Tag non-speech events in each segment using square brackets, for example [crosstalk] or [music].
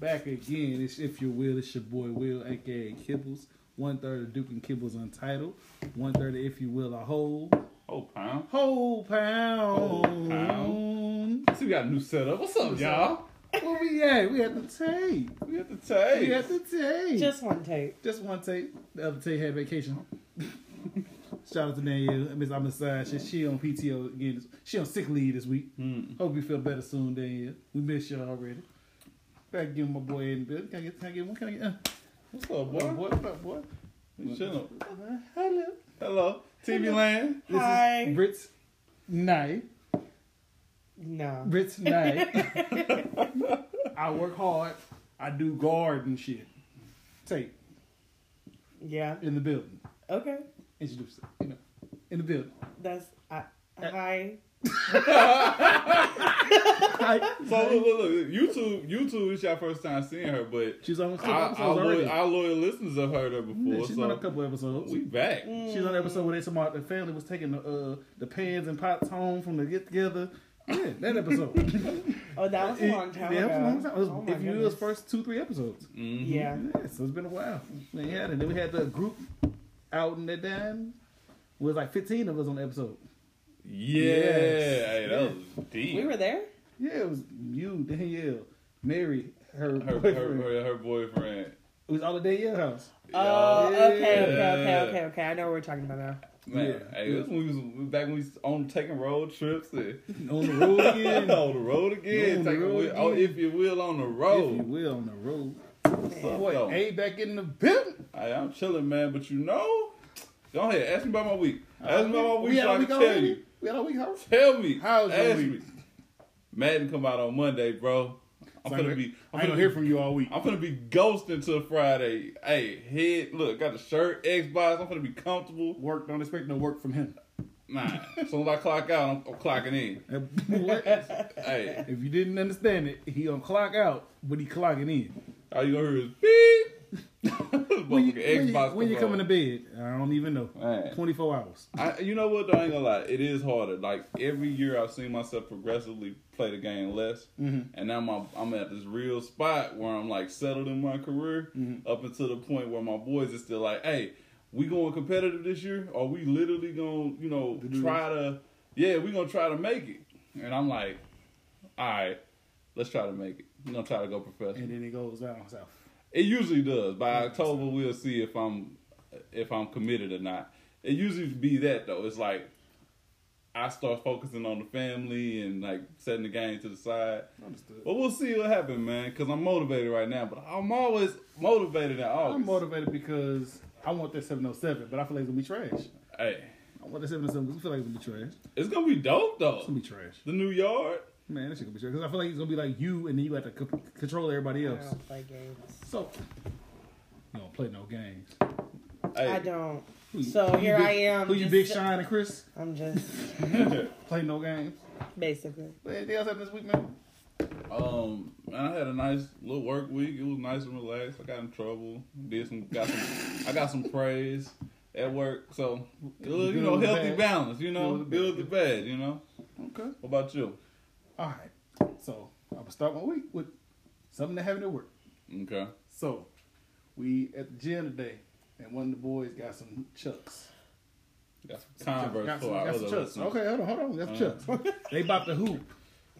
back again. It's if you will, it's your boy Will, aka Kibbles. One third of Duke and Kibbles Untitled. One third of If You Will, a whole Oh, pound. whole pound. Whole pound. See, we got a new setup. What's up, y'all? Where we at? We at the tape. We at the We tape. at the tape. Just, Just one tape. one tape. The other tape had vacation. [laughs] Shout out to Danielle. I miss I'm aside. She, she on PTO again. this- She on sick leave this week. Mm. Hope you feel better soon, Danielle. We miss you already. Gotta give my boy in the building. Can I get, can I get one? Can I get, uh, What's up, boy, boy? boy, what up, boy? You chilling? Hello. Hello, TV Land. This Hi. is Brits Night. No. Brits Night. [laughs] I work hard. I do garden shit. Tape Yeah. in the building. Okay. Introduce it. You know, in the building. That's Uh, I, hi. Hi. So look, look, look, YouTube, YouTube is your first time seeing her, but she's on a couple our, our, episodes already. loyal, our loyal listeners have heard her before. Yeah, she's on a so couple episodes. we back. She's on an episode where they talking about the family was taking the uh, the pans and pots home from the get together. Yeah, that [laughs] episode. Oh, that was a long time yeah, ago. it was a long time. It was, Oh my if you it was goodness. first Mm-hmm. two three episodes. Mhm. Yeah. Yeah, so it's been a while. We had it. Then we had the group out in the den. It was like fifteen of us on the episode. Yeah. Yes. Hey, that was deep. We were there? Yeah, it was you, Danielle, Mary, her, her, her, boyfriend. her, her boyfriend. It was all at Danielle's house. Oh, Yeah. okay, okay, okay, okay, okay. I know what we're talking about now. Man, Uh, Yeah. hey, this when we was back when we was on taking road trips and On the road again. [laughs] on the road again, On the taking road wheel- oh, again. if you will, on the If you road. will, on the road. What's up, Boy, though? A back in the building. Hey, I'm chilling, man. But you know, go ahead, ask me about my week. Ask me about my week, We had so all I week can tell you. already. We had all week already. Tell me, How's your ask week? me. Madden come out on Monday, bro. I'm So gonna I be. I'm ain't gonna gonna hear from you all week. I'm gonna be ghosting till Friday. Hey, head, look, got a shirt, Xbox. I'm gonna be comfortable. Work, don't expect no work from him. Nah, as soon as I clock out, I'm, I'm clocking in. if Hey, you didn't understand it, he gonna clock out, but he clocking in. All you gonna hear is beep. [laughs] When you, Motherfucking when you, Xbox when you coming controller. to bed, I don't even know. Man. Twenty four hours. I, you know what? Though, I ain't gonna lie. It is harder. Like every year, I've seen myself progressively play the game less, and now my, I'm at this real spot where I'm like settled in my career, up until the point where my boys are still like, "Hey, we going competitive this year? Or we literally gonna, you know, do try to, yeah, we gonna try to make it?" And I'm like, "All right, let's try to make it. We are gonna try to go professional." And then it goes down south. It usually does. By October, we'll see if I'm if I'm committed or not. It usually be that though. It's like I start focusing on the family and like setting the game to the side. Understood. But we'll see what happens, man. Because I'm motivated right now. But I'm always motivated in August. I'm motivated because I want that 707, but I feel like it's gonna be trash. hey, I want that 707 because I feel like it's gonna be trash. it's gonna be dope It's though. gonna be trash. The new yard. Man, this shit gonna be trash. Because I feel like it's gonna be like you, and then you have to co- control everybody I else. don't play games. So, you don't play no games. Hey, I don't. Who you- So who you here big, I am. Who you, just- Big Shine and Chris? I'm just, [laughs] Play no games. [laughs] basically. What anything else happened this week, man? Um, man, I had a nice little work week. It was nice and relaxed. I got in trouble. Did some got some. I got some praise at work. So it was, you know, Good or healthy bad? balance. You know, Good or good the bad. You know. Okay. What about you? All right. So I'm gonna start my week with something that happened at work. Okay. So we at the gym today, and one of the boys got some chucks. Got some Converse got some, for our got other some chucks. listeners. Uh-huh. Okay, hold on, hold on. Got some chucks. [laughs] they about to hoop,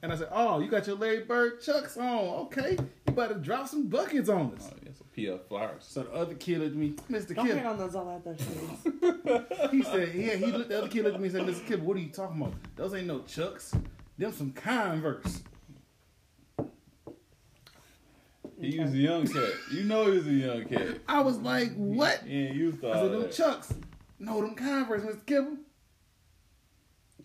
and I said, "Oh, you got your Larry Bird chucks on? Okay, you better drop some buckets on us." Oh, yeah, some PF Flyers. So the other kid looked at me, Mr. Don't hang Kibble. on those all out there shoes. He said, yeah, he looked, the other kid looked at me and said, Mr. Kibble, what are you talking about? Those ain't no chucks. Them some Converse. He was a young cat. You know, he was a young cat. I was like, what? He ain't used to I all said, them that. chucks. No, them Converse, Mr. Kibble.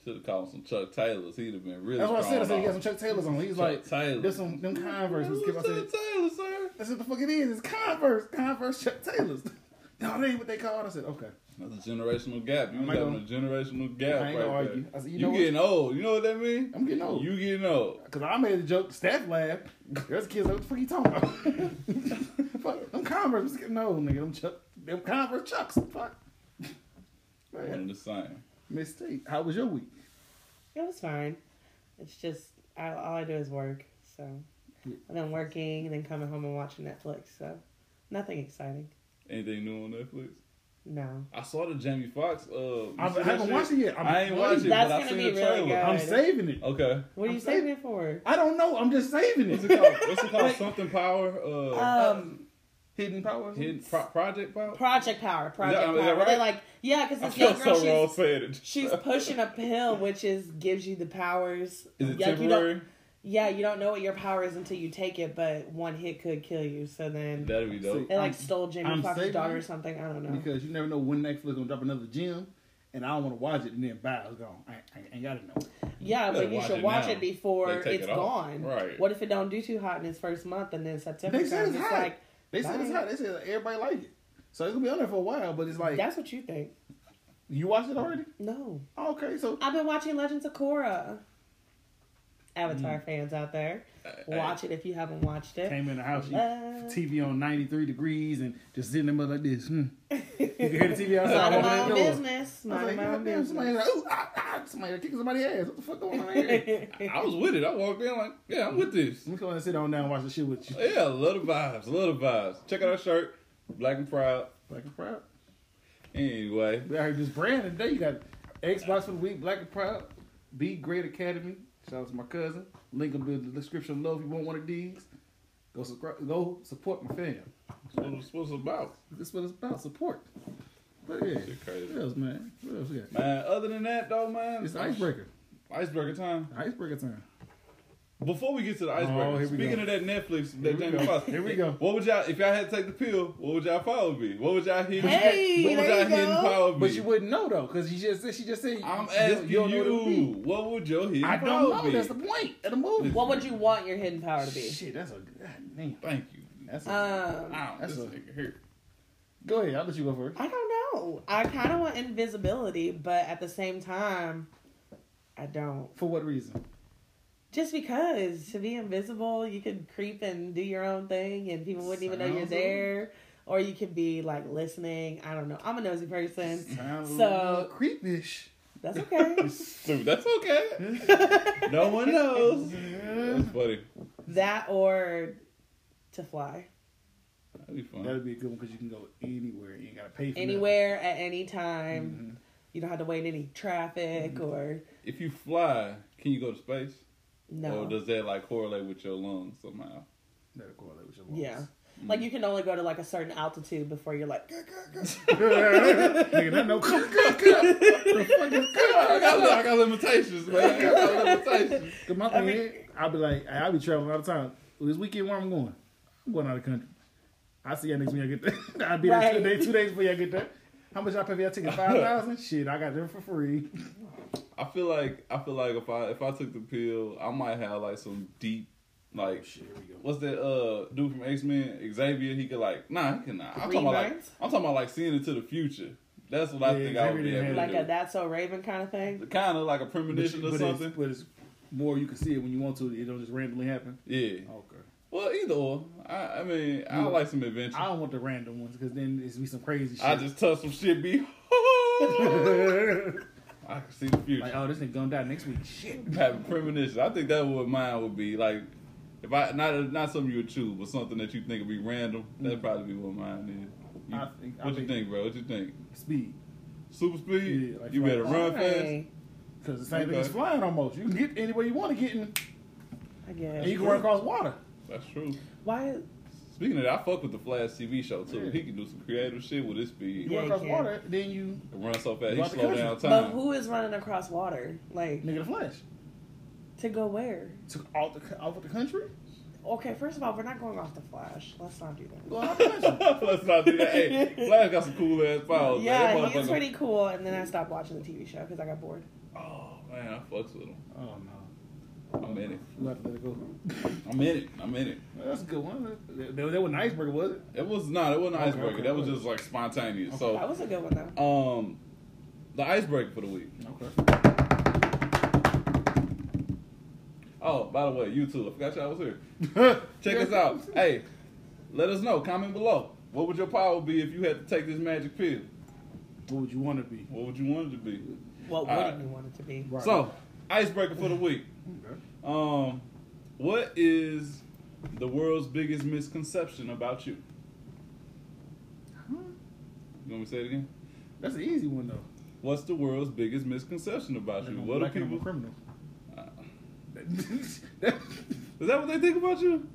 Should have called him some Chuck Taylors. He'd have been really. That's what I said. I thrown said, you got off. some Chuck Taylors on. He's Chuck like, Taylors. there's some them Converse, Mr. Kibble. I said, Chuck Taylor, sir. That's what the fuck it is. It's Converse. Converse Chuck Taylors. [laughs] No, that ain't what they called. I said, okay. That's a generational gap. You I was might having go- a generational gap I right ain't gonna there. argue. I said, you you know what? getting old. You know what that means? I'm getting old. You getting old. Because I made the joke. Staff laughed. There's kids like, what the fuck you talking about? [laughs] fuck, them Converse. Mr. Kibble. No, nigga, them Chuck, them Converse Chucks. Fuck. [laughs] One Man, and the same. mistake. How was your week? It was fine. It's just, I, all I do is work. So Mm. and then working, and then coming home and watching Netflix. So nothing exciting. Anything new on Netflix? No. I saw the Jamie Foxx. Uh, you I see that haven't shit? watched it yet. I'm I ain't watched it, That's but I gonna seen be the really trailer. good. I'm saving it. [laughs] Okay. What are I'm you saying- saving it for? I don't know. I'm just saving What's it it. called? [laughs] What's it called? Something Power? Uh, Um, Hidden power. Hidden Pro- Project Power? Project Power. Project that- Oh. is that Power. Where They right? like yeah, because I [laughs] this feel young girl so she's wrong saying it. she's pushing a pill, which is gives you the powers. Is it Like, you don't- temporary? Yeah, you don't know what your power is until you take it, but one hit could kill you. So then That'd be dope. They like I'm- stole Jamie I'm Foxx's saving daughter or it something. I don't know. Because you never know when Netflix gonna drop another gem, and I don't want to watch it and then bye, it's gone. I, I, I ain't got it no. yeah, You better but you watch should it watch now. it before They take it's it off. gone. Right. What if it don't do too hot in its first month and then September They said comes? it's It's hot. like They said it's Bye. hot. They said everybody like it, so it's gonna be on there for a while. But it's like that's what you think. you watched it already. No, Okay, so I've been watching Legends of Korra. Mm. Avatar fans out there, watch it if you haven't watched it. Uh, came in the house, she, Love. TV on ninety three degrees, and just sitting there mother like this. Hmm. You can hear [laughs] the TV outside. Mind open my that own door. business. I was Mind like, my own goddamn, somebody business. like, ooh, ah, ah, somebody kicking somebody's ass. What the fuck going on [laughs] here? I was with it. I walked in like, yeah, I'm with this. Let me go and sit down now and watch the shit with you. Yeah, love the vibes, love the vibes. Check out our shirt, black and proud. Black and proud. Anyway, We out here just branding today. You got Xbox for the week, Black and Proud, B Great Academy. Shout out to my cousin. Link will be in the description below if you want one of these. Go subscribe. Go support my fam. that's what it's supposed to be about. This is what it's about. Support. But yeah, Shit crazy. what else, man? What else we got? Man, other than that though, man, It's icebreaker. Iceberg time. Icebreaker time. Before we get to the iceberg, Oh, here we speaking go. of that Netflix, Here that we Jamie go. Foxx, Here we go. What would y'all, if y'all had to take the pill, what would y'all power be? What would y'all hidden, Hey, what would there y'all you hidden go. power be? But you wouldn't know though, because you just said she just said I'm asking you, don't know what it would be. what would your hidden I don't power know. be? That's the point of the movie. What would you want your hidden power to be? Shit, that's a god damn. Thank you. That's a, Um, Ow, That's this a- nigga here. go ahead. I'll let you go first. I don't know. I kind of want invisibility, but at the same time, I don't. For what reason? Just because to be invisible, you could creep and do your own thing, and people wouldn't even know you're Sounds there. Or you could be like listening. I don't know. I'm a nosy person. Sounds So- creepish. [laughs] That's okay. Dude, that's okay. no one knows. That's funny. that or to fly That'd be fun. That'd be a good one because you can go anywhere. You ain't gotta pay for anywhere at any time. You don't have to wait in any traffic or If you fly, can you go to space? no. Or does that like correlate with your lungs somehow? That'll correlate with your lungs. yeah. Like you can only go to like a certain altitude before you're like [laughs] Nigga, that no. The fuck is- I got, I got limitations, man. I got limitations. Cause my thing is, I'll be like, I'll be traveling all the time. This weekend, where I'm going, I'm going out of the country. I see y'all next week. I get there. [laughs] I'll be there two Right. days, two days before y'all get there. How much y'all pay for y'all ticket? Five thousand. [laughs] Shit, I got them for free. I feel like I feel like if I if I took the pill, I might have like some deep like here we go. what's that uh dude from X Men Xavier? He could like nah, he cannot. I'm talking about like Reminds? I'm talking about like seeing into the future. That's what I Yeah, think I would be Xavier able had like a to that's so Raven kind of do. thing. Kind of like a premonition but or it's- something. But it's more you can see it when you want to. It don't just randomly happen. Yeah. Okay. Well, either or. I, I mean, I Yeah. like some adventure. I don't want the random ones because then it's be some crazy shit. I just touch some shit, [laughs] [laughs] be. like, I can see the future. oh, this nigga gonna die next week. Shit. Having premonitions. I think that what mine would be like. If I not not something you would choose, but something that you think would be random, that'd probably be what mine is. You- Mm. I think- I what you think- think, bro? What you think? Speed. Super speed? Yeah, like you better flying. run fast. Alright, Because the same thing Okay. as flying almost. You can get anywhere you want to get in, I and guess. you can run across water. That's true. Why? Speaking of that, I fuck with the Flash TV show too. Yeah. He can do some creative shit with his speed. You Yeah, run you across can. water, then you He Run so fast, Go he out the slow country. down But time. [laughs] who is running across water? Like nigga the flash. to go where? Took out the out of the country. Okay, first of all, we're not going off the Flash. Let's not do that. Go out the [laughs] country. Let's not do that. [laughs] Hey, Flash got some cool ass powers. man. yeah, Oh, That he's motherfucker- pretty cool. And then I stopped watching the TV show because I got bored. Oh man, I fucks with him. oh no, I'm in it. we'll have to let it go. I'm in it. I'm in it. Well, that's a good one. That, that, that was an iceberg, was it? It was not. It wasn't an Okay, icebreaker. okay, that was okay. just like spontaneous. That was a good one though. So, um, the icebreaker for the week. Okay. Oh, by the way, you too. I forgot y'all was here. [laughs] Check [laughs] us out. Hey, let us know. Comment below. What would your power be if you had to take this magic pill? What would you want to be? What would you want it to be? What Alright. wouldn't you want it to be? Right. So, icebreaker for the week. Okay. Um, what is the world's biggest misconception about you. Huh? You want me to say it again? That's an easy one though. What's the world's biggest misconception about you? Like, What do black and I'm a people? criminal? Uh, [laughs] That- is that what they think about you?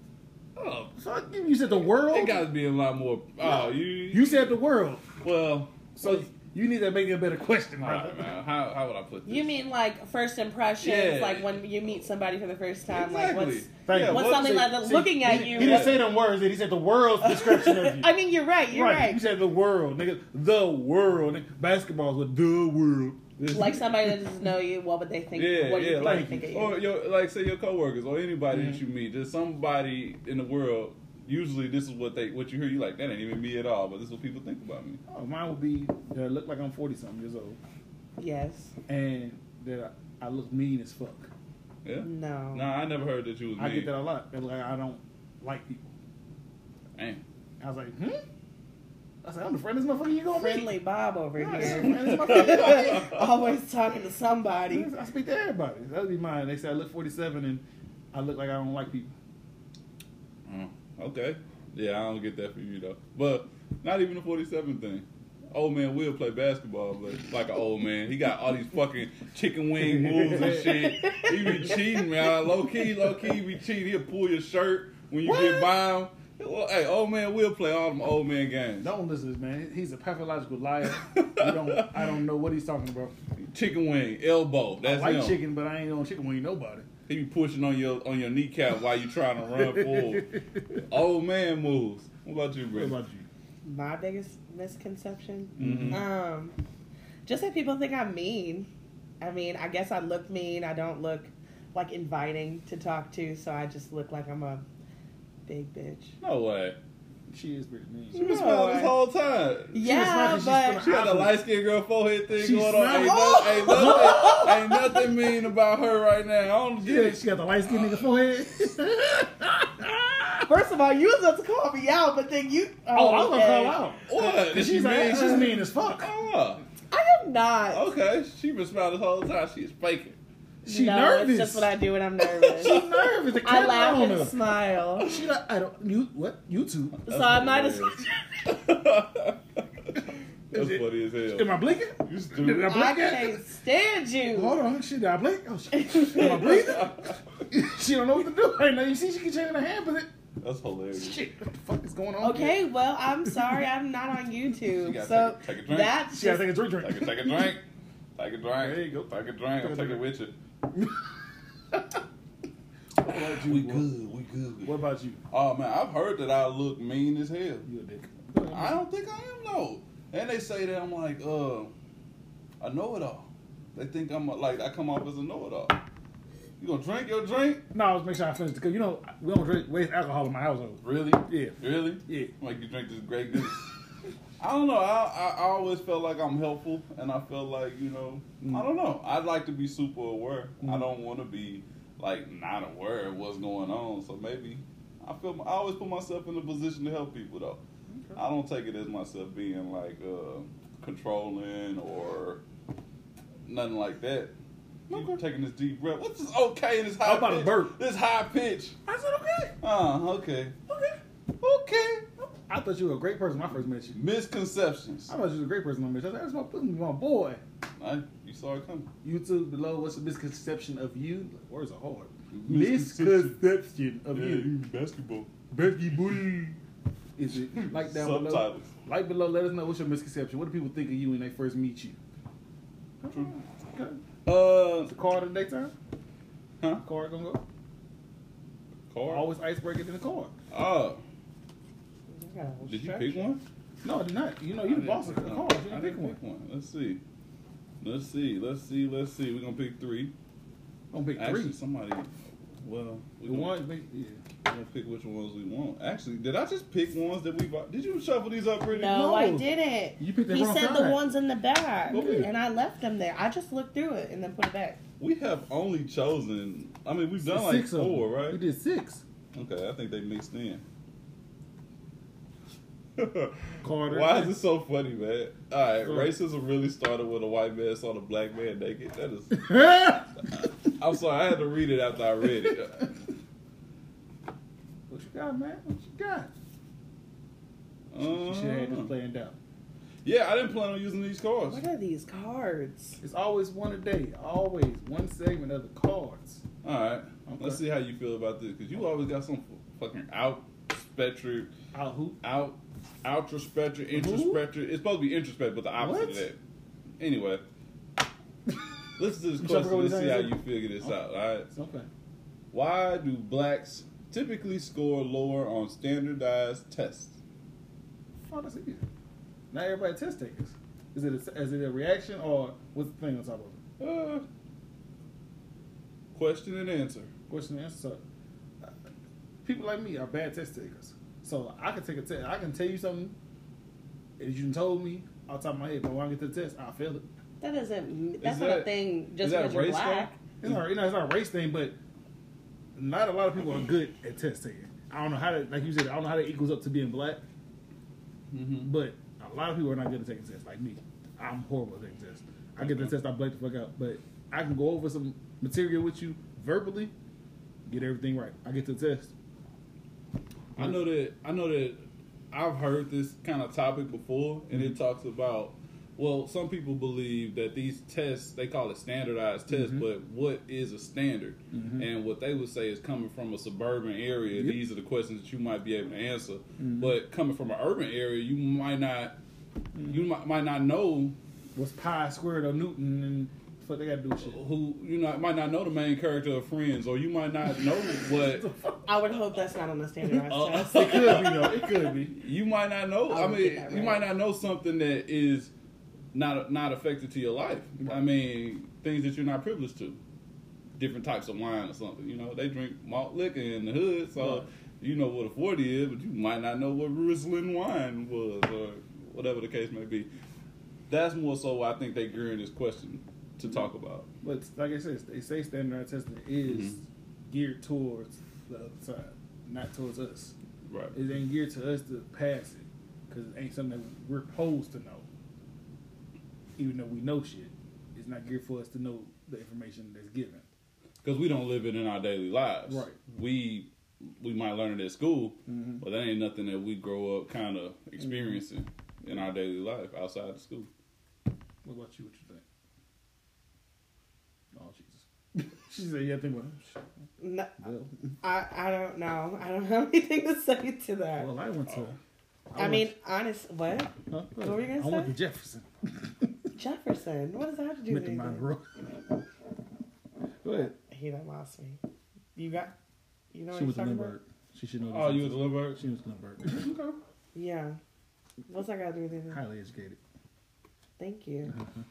Oh, Fuck you! You said the world. it got to be a lot more. Oh, you. you said the world. well. So you need to make it a better question, all right, brother. man. How how would I put this? You mean like first impressions, Yeah. like when you meet somebody for the first time, like Exactly. what's Thank Yeah, you. what's what- something see- like that see, looking he, at He you? didn't say them words. He said the world's description [laughs] of you. I mean, you're right. You're right. You said the world, nigga. The world. Nigga. Basketball's with the world. Like somebody that doesn't know you, what would they think? Yeah, what do yeah, you like, think of you? or your, like say your coworkers or anybody Mhm. that you meet. There's somebody in the world. Usually, this is what they what you hear. You like that ain't even me at all, but this is what people think about me. [laughs] Oh, mine would be that I look like I'm 40 something years old yes. and that I, I look mean as fuck. Yeah. No. Nah, I never heard that you was mean. I get that a lot. They're like, I don't like people. Damn. I was like, hmm? I said, I'm the friendliest motherfucker you gonna Friendly Bob over meet. I said, here. "Friendliest motherfucker you gonna meet." [laughs] Always talking to somebody. I speak to everybody. That would be mine. They said I look 47 and I look like I don't like people. Mm, okay. Yeah, I don't get that from you though. But not even the 47 thing. Old man will play basketball, but like an old man, he got all these fucking chicken wing moves and shit. He be cheating, man. Low key, low key, he be cheating. He'll pull your shirt when you get What? by him. Well, hey, old man will play all them old man games. Don't listen to this man. He's a pathological [laughs] liar. I don't, I don't know what he's talking about. Chicken wing, elbow. That's I like him. chicken, but I ain't on chicken wing nobody. He be pushing on your on your kneecap while you trying to run [laughs] forward. old man moves. What about you, What Brent? about you? My biggest misconception. Mhm. Um, just that people think I'm mean. I mean, I guess I look mean. I don't look like inviting to talk to, so I just look like I'm a big bitch. No way. She is pretty mean. She was smiling this whole time. Yeah, smiling, she's but She had the light skinned girl forehead thing She going on. Ain't, smiled. no- ain't nothing, [laughs] ain't nothing mean about her right now. I don't get Yeah, it. she got the light skinned nigga forehead. [laughs] [laughs] first of all, you was about to call me out, but then you. oh, I'm gonna okay. call out. What? She's, Is she like, mean? she's mean as fuck. Oh, I am not. okay. She been smiling this whole time. She's faking. Oh, [laughs] She no, nervous. It's just what I do when I'm nervous. [laughs] She nervous. The I camera laugh on and her. smile, She like, I don't. You what? You too. so I might as. hilarious. That's Is it- funny as Am hell. I blinking? Did You I stupid. blink? I can't stand you. Hold on. She did I blink? Oh shit. Am I blinking? [laughs] she don't know what to do right now. You see, she can change her hand, but it, [laughs] That's hilarious. shit. What the fuck is going on? here? Okay, well, I'm sorry, I'm not on You YouTube. gotta So take a- take a drink. that's She gotta just, take a drink. Take a, Drink. take a drink. Take a drink. There you go. Take a drink. I'll take it with you. What about you? We good. [laughs] What about you? Oh man, I've heard that I look mean as hell. You a dick. I don't think I am though. And they say that I'm like, uh, I know it all. They think I'm a, like I come off as a know it all. You gonna drink your drink? No, I was making sure I finished because you know we don't drink waste alcohol in my household. Really? Yeah. Really? Yeah. I'm Like you drink this Grey Goose? I don't know. I, I I always felt like I'm helpful, and I feel like you know I don't know. I'd like to be super aware. I Mm. don't want to be like not aware of what's going on. So maybe I feel I always put myself in a position to help people though. I don't take it as myself being like uh, controlling or nothing like that. You taking this deep breath. What's this okay in this high I'm about to pitch? burp. This high pitch. I said okay. Oh, okay. Okay. Okay. I thought you were a great person when I first met you. Misconceptions. I thought you was a great person when I met you. I said, that's my, that's my boy. I, you saw it coming. You too, below, what's the misconception of you? Words are hard. Misconception. Misconception of you. basketball. Becky Booty. Is it [laughs] like down below? Subtitles. Like below, let us know what's your misconception. What do people think of you when they first meet you? True. Okay. Uh, Is the card of the daytime? huh? Card gonna go? Car. Always icebreaker in the card. Oh, Yeah, did you structure. pick one? No, I did not. You know, Oh, you the boss of the No, card. You I didn't pick one. pick one. Let's see. Let's see. Let's see. Let's see. We're gonna pick three. Don't pick Actually, three. somebody. Well, we The gonna- one, make- yeah. We're gonna pick which ones we want. Actually, did I just pick ones that we bought? Did you shuffle these up pretty? No, No. I didn't. You picked the He wrong said the side. ones in the bag, Okay. and I left them there. I just looked through it and then put it back. We have only chosen. I mean, we've done like Six of them. four, right? We did six. Okay, I think they mixed in. Carter. Why is it so funny, man? All right, Sorry. racism really started when a white man saw the black man naked. That is, [laughs] Wait, I'm sorry, I had to read it after I read it. What you got, man? What you got? You should have had this Uh, planned out. yeah, I didn't plan on using these cards. What are these cards? It's always one a day. Always one segment of the cards. All right, Okay. let's see how you feel about this because you always got some f- fucking out spectrum, Out who? out, outer spectrum, introspectrum. It's supposed to be introspect, but the opposite What? of that. Anyway, let's do this You trying to question. go with Let's see this how answer? you figure this out. All right, It's okay. why do blacks typically score lower on standardized tests? Oh, that's easy. Not everybody test takers. Is it a, is it a reaction or what's the thing on top of it? Uh, question and answer. Question and answer. So, uh, people like me are bad test takers. So I can take a test. I can tell you something that you told me off the top of my head, but when I get to the test, I fail it. That isn't. That's Is not a that- thing. Just is that because you're race black. though? It's not, you know, it's not a race thing, but not a lot of people are good at test taking. I don't know how to, like you said, I don't know how that equals up to being black, Mm-hmm. but a lot of people are not good at taking tests, like me. I'm horrible at taking tests. I get the test, I blank the fuck out, but I can go over some material with you verbally, get everything right. I get to the test. I know that I know that I've heard this kind of topic before, and it talks about well, some people believe that these tests they call it standardized tests, Mhm. but what is a standard? Mhm. And what they would say is coming from a suburban area, Yep. these are the questions that you might be able to answer. Mhm. But coming from an urban area, you might not you might, might not know What's pi squared or Newton and fuck they gotta do with shit. who you know might not know the main character of Friends, or you might not know what I would hope that's not on [laughs] the standardized Oh. test. It could be though. It could be. you might not know. I I, would mean, get that you might right. not know something that is not not affected to your life. I mean, things that you're not privileged to, different types of wine or something. You know, they drink malt liquor in the hood, so Right. you know what a forty is, but you might not know what Riesling wine was or whatever the case may be. That's more so why I think they gearing this question to talk about. But like I said, they say standardized testing is geared towards the other side, not towards us. Right. It ain't geared to us to pass it because it ain't something that we're supposed to know. Even though we know shit, it's not geared for us to know the information that's given. because we don't live it in our daily lives. Right. We we might learn it at school, Mhm. but that ain't nothing that we grow up kind of experiencing in our daily life outside of school. What about you? What you think? Oh Jesus! [laughs] she said, "Yeah, I think about it." No, Well, I, I don't know. I don't have [laughs] anything to say to that. well, I went to. I, mean, honest. What? huh? what were you gonna I went say? to Jefferson. Jefferson. What does that have to do with Mickey anything? Monroe. [laughs] Go ahead. He done lost me. You got. You know what she I'm was a talking about? Lindbergh. She should know. Oh, this. you was a Lindbergh? She was Lindbergh. [laughs] Yeah. What's that got to do with anything? Highly educated. Thank you. Uh-huh.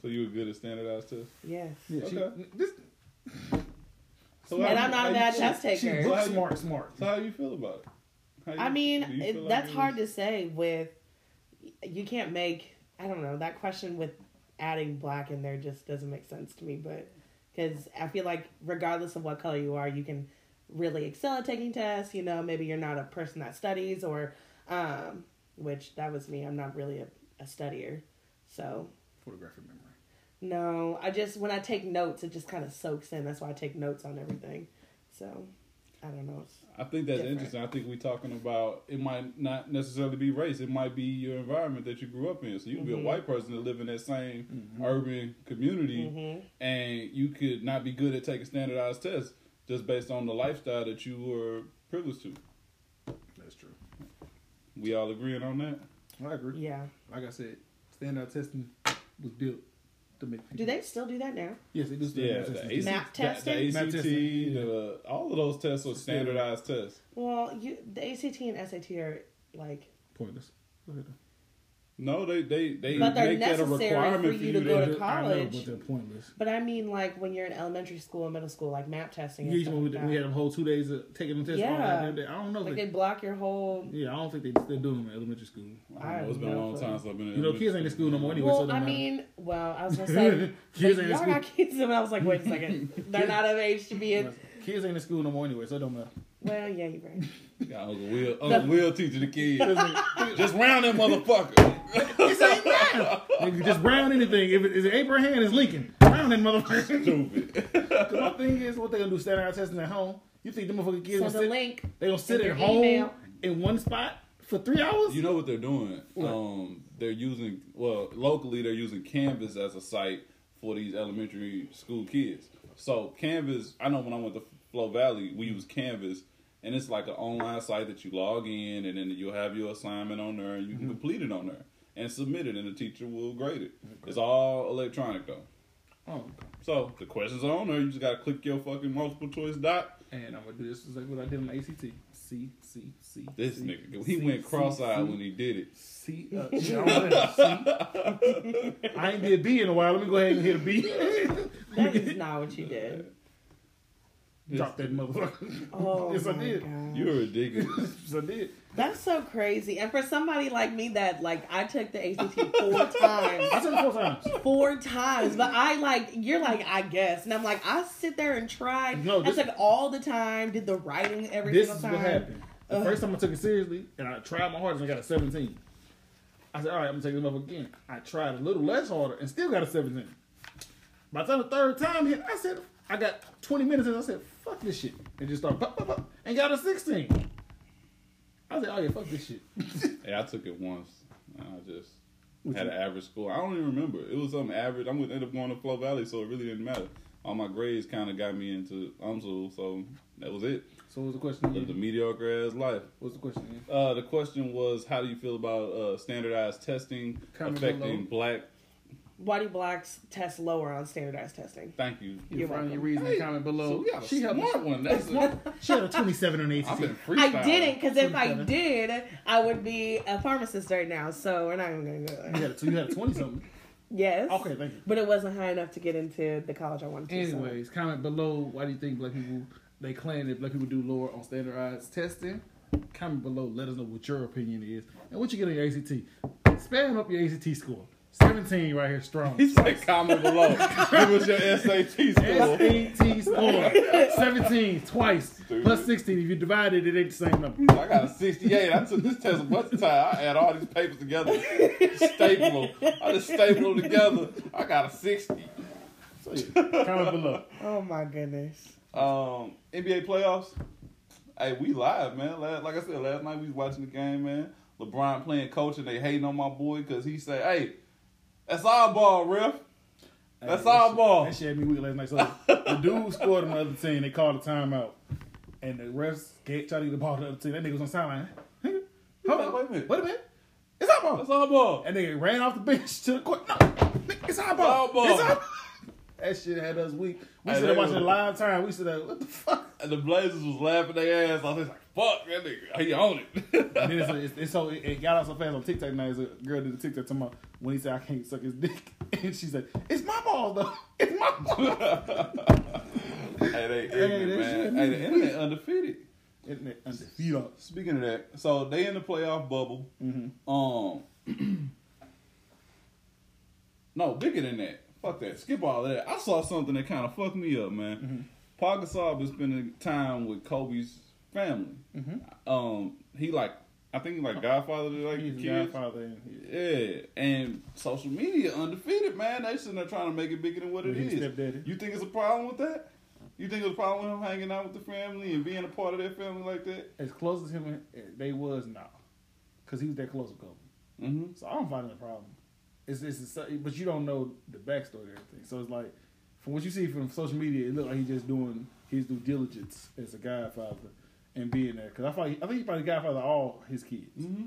So you were good at standardized tests. Yes. Yeah, she, Okay. this, So And how- I'm not how a you- bad test she taker. looked smart, smart. So how you feel about it? How you- I mean, do you it, feel like that's it hard was- to say. With you can't make I don't know that question with adding black in there just doesn't make sense to me. But because I feel like regardless of what color you are, you can really excel at taking tests. You know, maybe you're not a person that studies, or um, which that was me. I'm not really a, a studier, so Photographic memory. no. I just when I take notes, it just kind of soaks in. That's why I take notes on everything. So I don't know. It's, I think that's different. interesting. I think we're talking about it might not necessarily be race. It might be your environment that you grew up in. So you could be a Mhm. white person that live in that same Mm-hmm. urban community, Mhm. and you could not be good at taking standardized tests just based on the lifestyle that you were privileged to. That's true. We all agreeing on that? I agree. Yeah. Like I said, standout testing was built to make. Do they still do that now? Yes, they do Yeah, standout the, testing. AC Map the- testing? the, Map ACT, testing, yeah. the, all of those tests are standardized tests. Well, you the ACT and SAT are like, Pointless. Go ahead. No, they they they But they're make that a necessary requirement for you to go to do- I know, college. but they're pointless. but I mean like when you're in elementary school and middle school, like map testing. And Yeah, stuff when we, like that. we had them whole two days of taking them tests. all Yeah. goddamn day. I don't know. If like they, they block your whole. yeah, I don't think they still do them in elementary school. I don't know, it's been a long time since I've been. in You know, kids ain't in elementary school no more anyway. so it Well, don't I matter. mean, well, I was [laughs] gonna say, Kids like, ain't y'all school. got kids, and I was like, [laughs] wait a second, they're not of age to be in. kids ain't in school no more anyway, so it don't matter. Well, yeah, you're right. Got Uncle Will, Uncle Will teaching the kids. Listen, Just round that motherfucker. [laughs] Nigga, just round anything. If it is Abraham, it's Lincoln. Round that motherfucker. [laughs] Stupid. Cause my thing is, what they gonna do? Standardized testing at home? You You think the motherfucking kids So gonna the sit, link. they gonna sit in at their home email. in one spot for three hours? You know what they're doing? What? Um, they're using well locally. They're using Canvas as a site for these elementary school kids. So Canvas, I know when I went to Flow Valley, Mm-hmm. we use Canvas, and it's like an online site that you log in, and then you'll have your assignment on there, and you can Mm-hmm. complete it on there and submit it, and the teacher will grade it. It's all electronic though. oh, So the questions are on there. You just gotta click your fucking multiple choice dot. and I'm gonna do this exactly what I did on the ACT. C C C. This C, nigga, he C, went C, cross-eyed C. when he did it. C, [laughs] uh, you know, I wanna- C. I ain't did B in a while. Let me go ahead and hit a [laughs] B. That is not what [laughs] you did. Drop that motherfucker. Oh yes, I my did. God. You're ridiculous. [laughs] Yes, I did. That's so crazy. And for somebody like me that like I took the [laughs] ACT four times. I said it four times. Four times, but I like you're like I guess, and I'm like I sit there and try. No, this- I took all the time, did the writing every This single is time. what happened. The Ugh. first time I took it seriously, and I tried my hardest, and I got a 17. I said, all right, I'm gonna take this up again. I tried a little less harder and still got a 17. By the time the third time hit, I said, I got 20 minutes, and I said, fuck this shit. And just started, pop, pop, pop, and got a 16. I said, oh yeah, fuck this shit. Hey, I took it once. and I just had an average score. I don't even remember. It was something average. I would end up going to Flow Valley, so it really didn't matter. All my grades kind of got me into UMSL, so that was it. so what was the question? Lived a again? mediocre ass life. What was the question? again? Uh, the question was, how do you feel about uh, standardized testing Comment affecting below. black? Why do blacks test lower on standardized testing? Thank you. You You're find your welcome. reason Hey, and comment below. So we got a she, had, smart one. That's a, she had a 27 on the [laughs] I've been ACT. freestyling. I didn't, because if I Freestyle. did, I would be a pharmacist right now. So we're not even going to go You there. had, a, you had a 20 something. Yes. Okay, thank you. But it wasn't high enough to get into the college I wanted to. so- Anyways, comment below why do you think black people they claim that black people do lower on standardized testing? Comment below, let us know what your opinion is and what you get on your ACT. Spam up your ACT score. 17 right here strong. He said, comment below. Give us your SAT score. SAT score. 17 twice. Plus 16. If you divide it, it ain't the same number. [laughs] I got a 68. I took this test a bunch of time. I add all these papers together, staple them. I just staple them together. I got a 60. So yeah, comment below. Oh my goodness. Um, NBA playoffs. Hey, we live, man. La- Like I said, last night we was watching the game, man. LeBron playing coach and they hating on my boy because he said, hey, that's our ball, ref. That's Hey, that our shit- ball. That shit had me weak last night. So the dude scored on the other team. They called a timeout, and the refs get, tried to get the ball to the other team. That nigga was on sideline. Hold on, wait a minute. Wait a minute. It's our ball. That's our ball. And they ran off the bench to the court. No, nigga, it's our ball. our ball. It's our That shit had us weak. We Hey, should they have watched was- it live time. We should have. What the fuck? And the Blazers was laughing their ass off. They was like, fuck, that nigga, he on And it. then it's, it's, it's so it, it got out so fast on TikTok now. It's a girl did a TikTok talking about when he said I can't suck his dick, [laughs] and she said it's my ball though. It's my ball. [laughs] hey, they ignorant, that shit man. Hey, the internet undefeated. Isn't it undefeated? Speaking of that, so they in the playoff bubble. Mm-hmm. Um, [clears throat] no, bigger than that. Fuck that. Skip all that. I saw something that kind of fucked me up, man. Mm-hmm. Paul Gasol been spending time with Kobe's family. Um, he like, I think he like Godfather to like Mm-hmm. He's the a kids. godfather. and he- Yeah, and social media undefeated, man. They sitting there trying to make it bigger than what it With his is. stepdaddy. You think it's a problem with that? You think it's a problem with him hanging out with the family and being a part of their family like that? as close as him and- they was now, because he was that close with Kobe. Mm-hmm. So I don't find it a problem. It's, it's it's- but you don't know the backstory or everything. So it's like from what you see from social media, it looked like he's just doing his due diligence as a godfather and being there. Because I thought I think he probably godfather all his kids. Mm-hmm.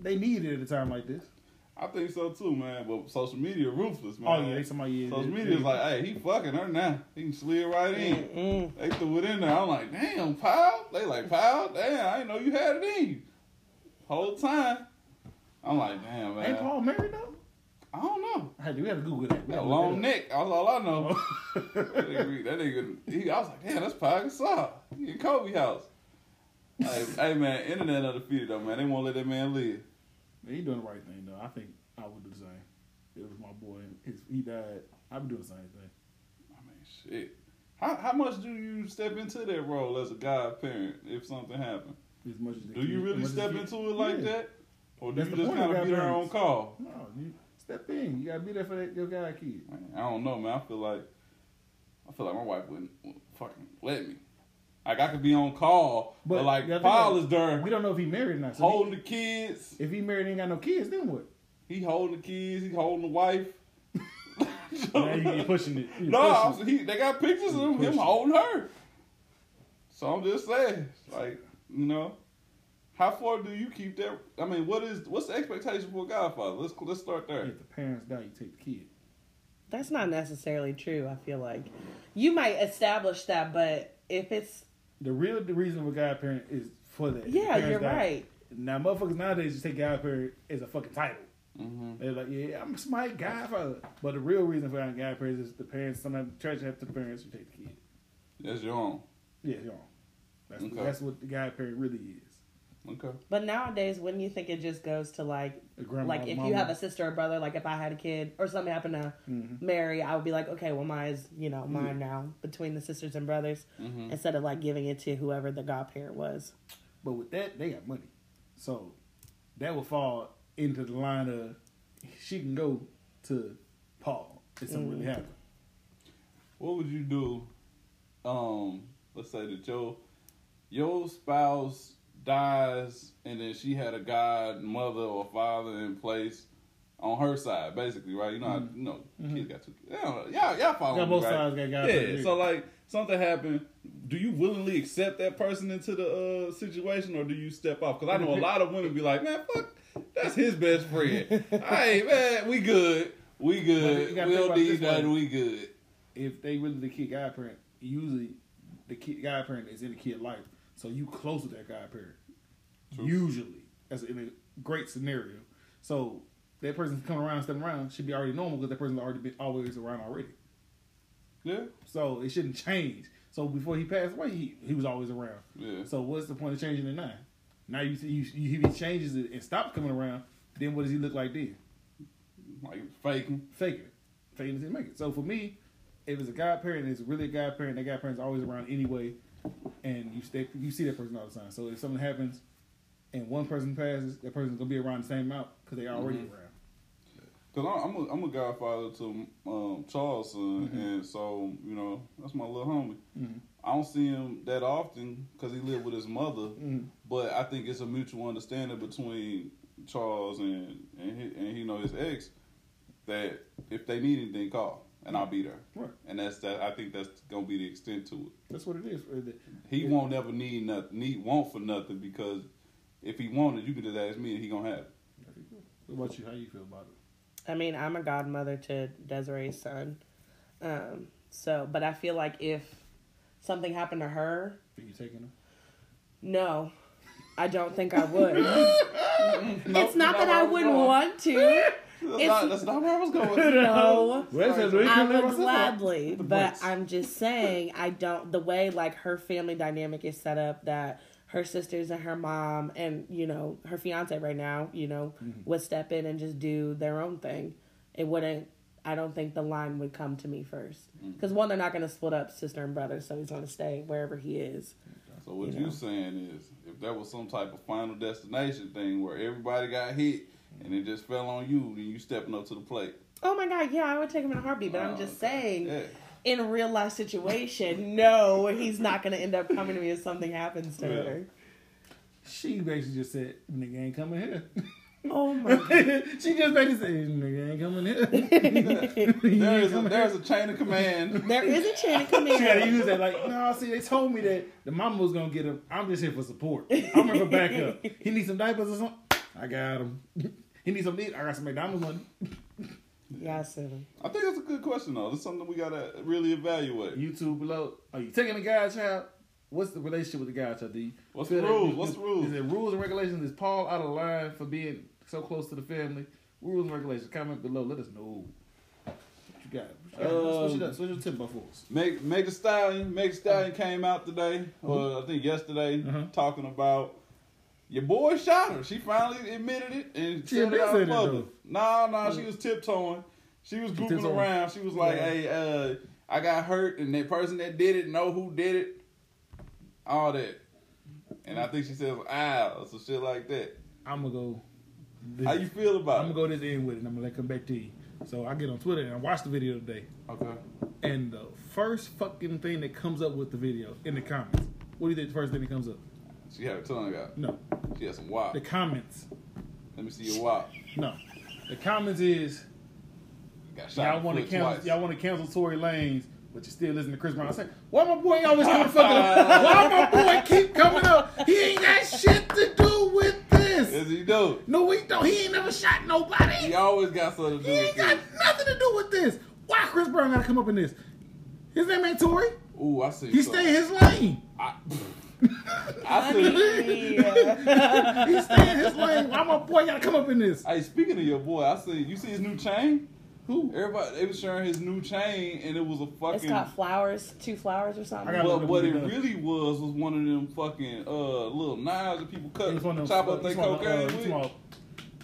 They need it at a time like this. I think so too, man. But social media ruthless, man. Oh yeah, Mm, they somebody is. social media's like, hey, he fucking her now. He can slid right in. Mm-mm. They threw it in there. I'm like, damn, pal. They like, pal, damn, I didn't know you had it in you. Whole time. I'm like, damn, man. ain't Paul married though? I don't know. Hey, we gotta Google that. We Oh. That gotta [laughs] long look neck. That's all [laughs] I know. that up. that nigga, that nigga he, I was like, damn, that's Pau Gasol. He in Kobe house. hey, hey, man, internet undefeated though, man. They won't let that man live. Man, he doing the right thing though. I think I would do the same. It was my boy. His, he died. I'd be doing the same thing. I mean, shit. How how much do you step into that role as a godparent if something happened? As much as the Do you kid- really as much step as the kid- into it like Yeah. that, or do That's you the just point of kind of be their own godparents. call? No, you step in. You gotta be there for that, your guy kid. Man, I don't know, man. I feel like I feel like my wife wouldn't fucking let me. Like I could be on call, but, But like yeah, I think Paul that- is there We don't know if he married or not. So holding the kids. he- if he married and ain't got no kids, then [laughs] what? He holding the kids. He holding the wife. [laughs] Now [laughs] you- you pushing it. You no, pushing I'm- it. he, they got pictures of him, him pushing. holding her. So I'm just saying, like, you know, how far do you keep that? I mean, what is what's the expectation for a Godfather? Let's let's start there. If the parents die, you take the kid. That's not necessarily true, I feel like. You might establish that, but if it's The real the reason for godparent is for that. The yeah, parents you're die. right. Now motherfuckers nowadays just take godparent as a fucking title. Mm-hmm. They're like, yeah, I'm my godfather. But the real reason for having godparents is the parents. Sometimes the church have the parents who take the kid. That's your own. Yeah, y'all. That's Okay. that's what the godparent really is. Okay. But nowadays wouldn't you think it just goes to like The grandma, like if you have a sister or brother, like if I had a kid or something happened to hmm Mary, I would be like, Okay, well mine's you know, mine now between the sisters and brothers Mm-hmm. instead of like giving it to whoever the godparent was. But with that, they got money, so that would fall into the line of she can go to Paul if something Mm-hmm. really happened. What would you do? Um, let's say that your your spouse dies, and then she had a godmother or father in place on her side, basically, right? You know, how, you know, kids got two. I don't know. Y'all, y'all follow Mm-hmm. Got me, both Oh, right? sides got guys. Yeah, so like something happened. Do you willingly accept that person into the uh, situation, or do you step off? Because I know a lot of women be like, "Man, fuck, that's his [laughs] best friend. hey, man, we good, we you good. gotta We think don't about need this nothing. way. We good." if they really the kid godparent, usually the kid godparent is in the kid life, so you close with that godparent. True. Usually, that's in a great scenario. So that person's coming around, stepping around should be already normal because that person's already been always around already. Yeah, So it shouldn't change. So before he passed away, he, he was always around. yeah. So what's the point of changing it now? Now you see, you, you, if he changes it and stops coming around, then what does he look like then? Like faking. Fake it. Fake it until you make it. So for me, if it's a godparent, it's really a godparent. That godparent's always around anyway, and you stay, you see that person all the time. So if something happens, and one person passes, that person's gonna be around the same amount because they already Mhm. around. Cause I'm I'm a, I'm a godfather to um, Charles' son, and so you know that's my little homie. Mhm. I don't see him that often because he lived with his mother, Mhm. but I think it's a mutual understanding between Charles and and he, and you know his ex that if they need anything, call and I'll be there. Right. And that's that. I think that's gonna be the extent to it. That's what it is. for the- He Yeah. won't ever need nothing, need want for nothing because if he wanted, you could just ask me, and he gonna have it. What about you? How you feel about it? I mean, I'm a godmother to Desiree's son. Um, so, but I feel like if something happened to her, Are you taking him? no, I don't think I would. Nope, it's not that where I was wouldn't going. want to. That's It's- not, that's not where I was going. [laughs] No. Well, that's- Sorry. we I can let would us know. gladly, The but voice. I'm just saying I don't. The way like her family dynamic is set up, that her sisters and her mom and you know her fiance right now, you know, Mm-hmm. would step in and just do their own thing. It wouldn't. I don't think the line would come to me first Mm. because one, they're not going to split up sister and brother, so he's going to stay wherever he is. So what You you know. saying is, if that was some type of final destination thing where everybody got hit and it just fell on you, then you stepping up to the plate. Oh my God, yeah, I would take him in a heartbeat, but I'm Oh, just okay. saying. Yeah. in a real life situation, no, he's not going to end up coming to me if something happens to Yeah. her. She basically just said, "Nigga ain't coming here." [laughs] Oh my [laughs] she just basically said, "Nigga ain't coming here." [laughs] [laughs] You There ain't is a, coming there here. is a chain of command. There is a [laughs] chain of She gotta use command. that like, no, see, they told me that the mama was gonna get him. I'm just here for support. I'm here for backup. He needs some diapers or something. I got him. He needs some meat. I got some McDonald's money. Yeah, I said him. I think that's a good question though. That's something we gotta really evaluate. YouTube below. Are you taking the guy child? What's the relationship with the guy child? Do you What's feel the that- rules? What's the rules? Is it rules and regulations? Is Paul out of line for being so close to the family? Rules and regulations. Comment below. Let us know. What you got? What you got? Um, switch it up. Switch your tip up for us. Meg Mega Stallion, Mega Stallion came out today, or I think yesterday, Uh-huh. talking about your boy shot her. She finally admitted it and She said it admitted out it, in public. though. Nah, nah, she was tiptoeing. She was grouping tiptoeing. around. She was like, Yeah. "Hey, uh, I got hurt, and that person that did it know who did it, all that." And I think she says, "Ah," or some shit like that. I'm gonna go. How you feel about I'm gonna go it? this end with it. and I'm gonna let come back to you. So I get on Twitter and I watch the video today. Okay. And the first fucking thing that comes up with the video in the comments, what do you think the first thing that comes up? She had a tongue out. No, She had some wop. the comments. Let me see your wop. No, the comments is Got shot. y'all in the want to foot cancel, twice. y'all want to cancel Tory Lanez, but you still listen to Chris Brown. I say, why my boy always [laughs] coming fucking up? Why my boy keep coming up? He ain't got shit to do with Yes, this. he do. No, he don't. He ain't never shot nobody. He always got something to do He with ain't got this. nothing to do with this. Why Chris Brown gotta come up in this? His name ain't Tory. Ooh, I see. He something. stay in his lane. I, I see. he stay in his lane. Why my boy gotta come up in this? Hey, speaking of your boy, I see. You see his new chain? Who? Everybody, they was sharing his new chain, and it was a It's fucking. called flowers, two flowers or something. I got- But what it Yeah. really was was one of them fucking uh little knives that people cut, It's one of them. chop up their it's one of them, uh, cocaine it's with. one of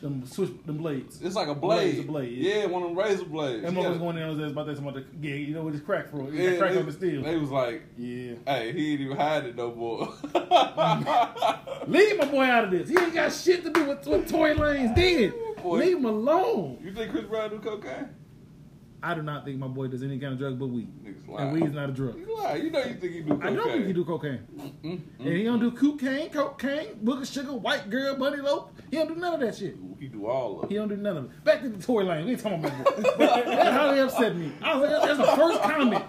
Them switch them blades. It's like a blade. Blades, a blade, yeah. yeah. one of them razor blades. That Yeah. motherfucker's going in on his ass about that. About the, yeah, you know what? It's crack for. Yeah, Yeah, crack they, on the steel. they was like, yeah. hey, he ain't even hide it no more. [laughs] Leave my boy out of this. He ain't got shit to do with what Tory Lanez did. Boy. Leave him alone. you think Chris Brown do cocaine? I do not think my boy does any kind of drug but weed. Niggas And lie. weed's not a drug. you lie. You know you think he do cocaine. I don't think he do cocaine. Mm-hmm. And he don't do cocaine, cocaine, booger sugar, white girl, bunny lope. He don't do none of that shit. He do all of He it. don't do none of it. Back to the Tory Lane. We ain't talking about [laughs] that. But that highly upset me. I was like, that's the first comment.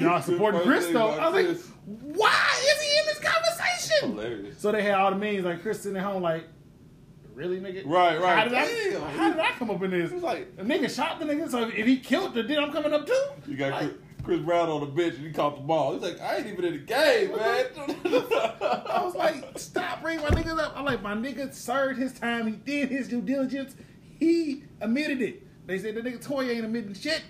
Y'all supporting First Chris thing though. about I was like, Chris. why is he in this conversation? Hilarious. So they had all the memes like Chris sitting at home like, really nigga? Right, right. How did, I, Damn. how did I come up in this? He was like, A nigga shot the nigga, so if he killed the dude, I'm coming up too. you got Like, Chris, Chris Brown on the bench and he caught the ball. He's like, I ain't even in the game, man. [laughs] I was like, stop bringing my niggas up. I'm like, my nigga served his time. He did his due diligence. He admitted it. They said the nigga Toy ain't admitting shit.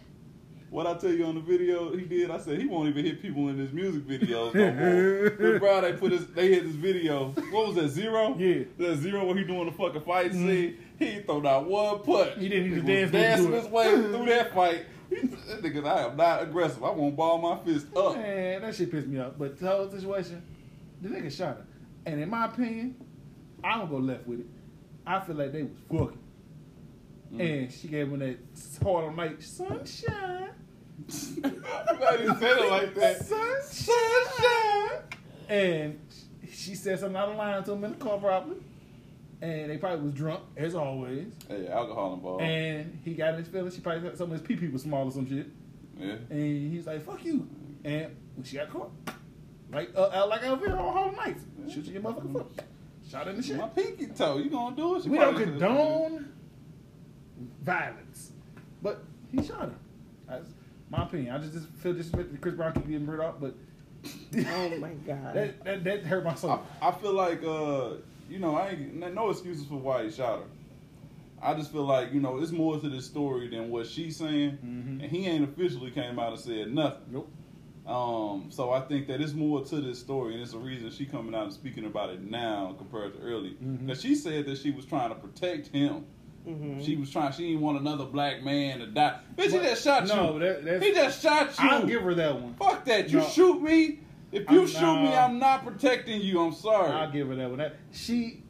What I tell you on the video he did, I said he won't even hit people in his music videos no more. [laughs] Chris Brown, they put his, they hit this video. What was that zero? Yeah. Mm-hmm. that zero when he doing the fucking fight scene. He ain't throw out one putt. He didn't even was dance when he dancing do it. his way through that fight. He said, That nigga, I am not aggressive. I won't ball my fist up. Man, that shit pissed me off. But the whole situation, the nigga shot her. And in my opinion, I don't go left with it. I feel like they was fucking. And she gave him that hard on night sunshine. I didn't say it [laughs] like that. Sunshine. And she said something out of line to him in the car probably. And they probably was drunk, as always. Hey, alcohol involved. And he got in his feelings. She probably thought some of his pee pee was small or some shit. yeah. And he was like, fuck you. And when she got caught, like uh, out like Elvira on whole nights, shoot your motherfucking foot. Shot in the shit. My pinky toe. You gonna do it? She We don't probably- condone violence. But he shot her. That's my opinion. I just, just feel disrespected that Chris Brown keep getting brought up, but oh [laughs] my god. that, that, that hurt my I, soul. I feel like uh, you know, I ain't no- no excuses for why he shot her. I just feel like you know, it's more to this story than what she's saying, Mhm. and he ain't officially came out and said nothing. Nope. Um, so I think that it's more to this story, and it's a reason she coming out and speaking about it now compared to early. Mhm. Because she said that she was trying to protect him. hmm She was trying. She didn't want another black man to die. Bitch, he Mm-hmm. But- just shot No, you. that, that's. he just shot you. I'll give her that one. Fuck that. You No. shoot me. If you I'm shoot not- me, I'm not protecting you. I'm sorry. I'll give her that one. That, she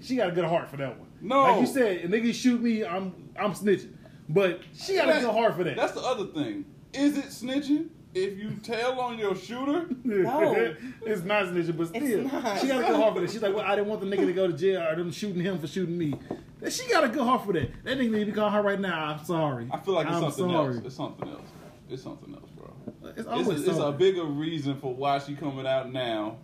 she got a good heart for that one. No. like you said, a nigga shoot me, I'm I'm snitching. But she got a good heart for that. That's the other thing. Is it snitching if you tell on your shooter? [laughs] No. [laughs] it's not snitching, but It's still, not. she got a good heart for that. She's like, well, I didn't want the nigga to go to jail or them shooting him for shooting me. That- She got a good heart for that. That nigga need to call her right now. I'm sorry. I feel like it's I'm something sorry. else. It's something else. It's something else, bro. It's It's always a, it's a something. bigger reason for why she coming out now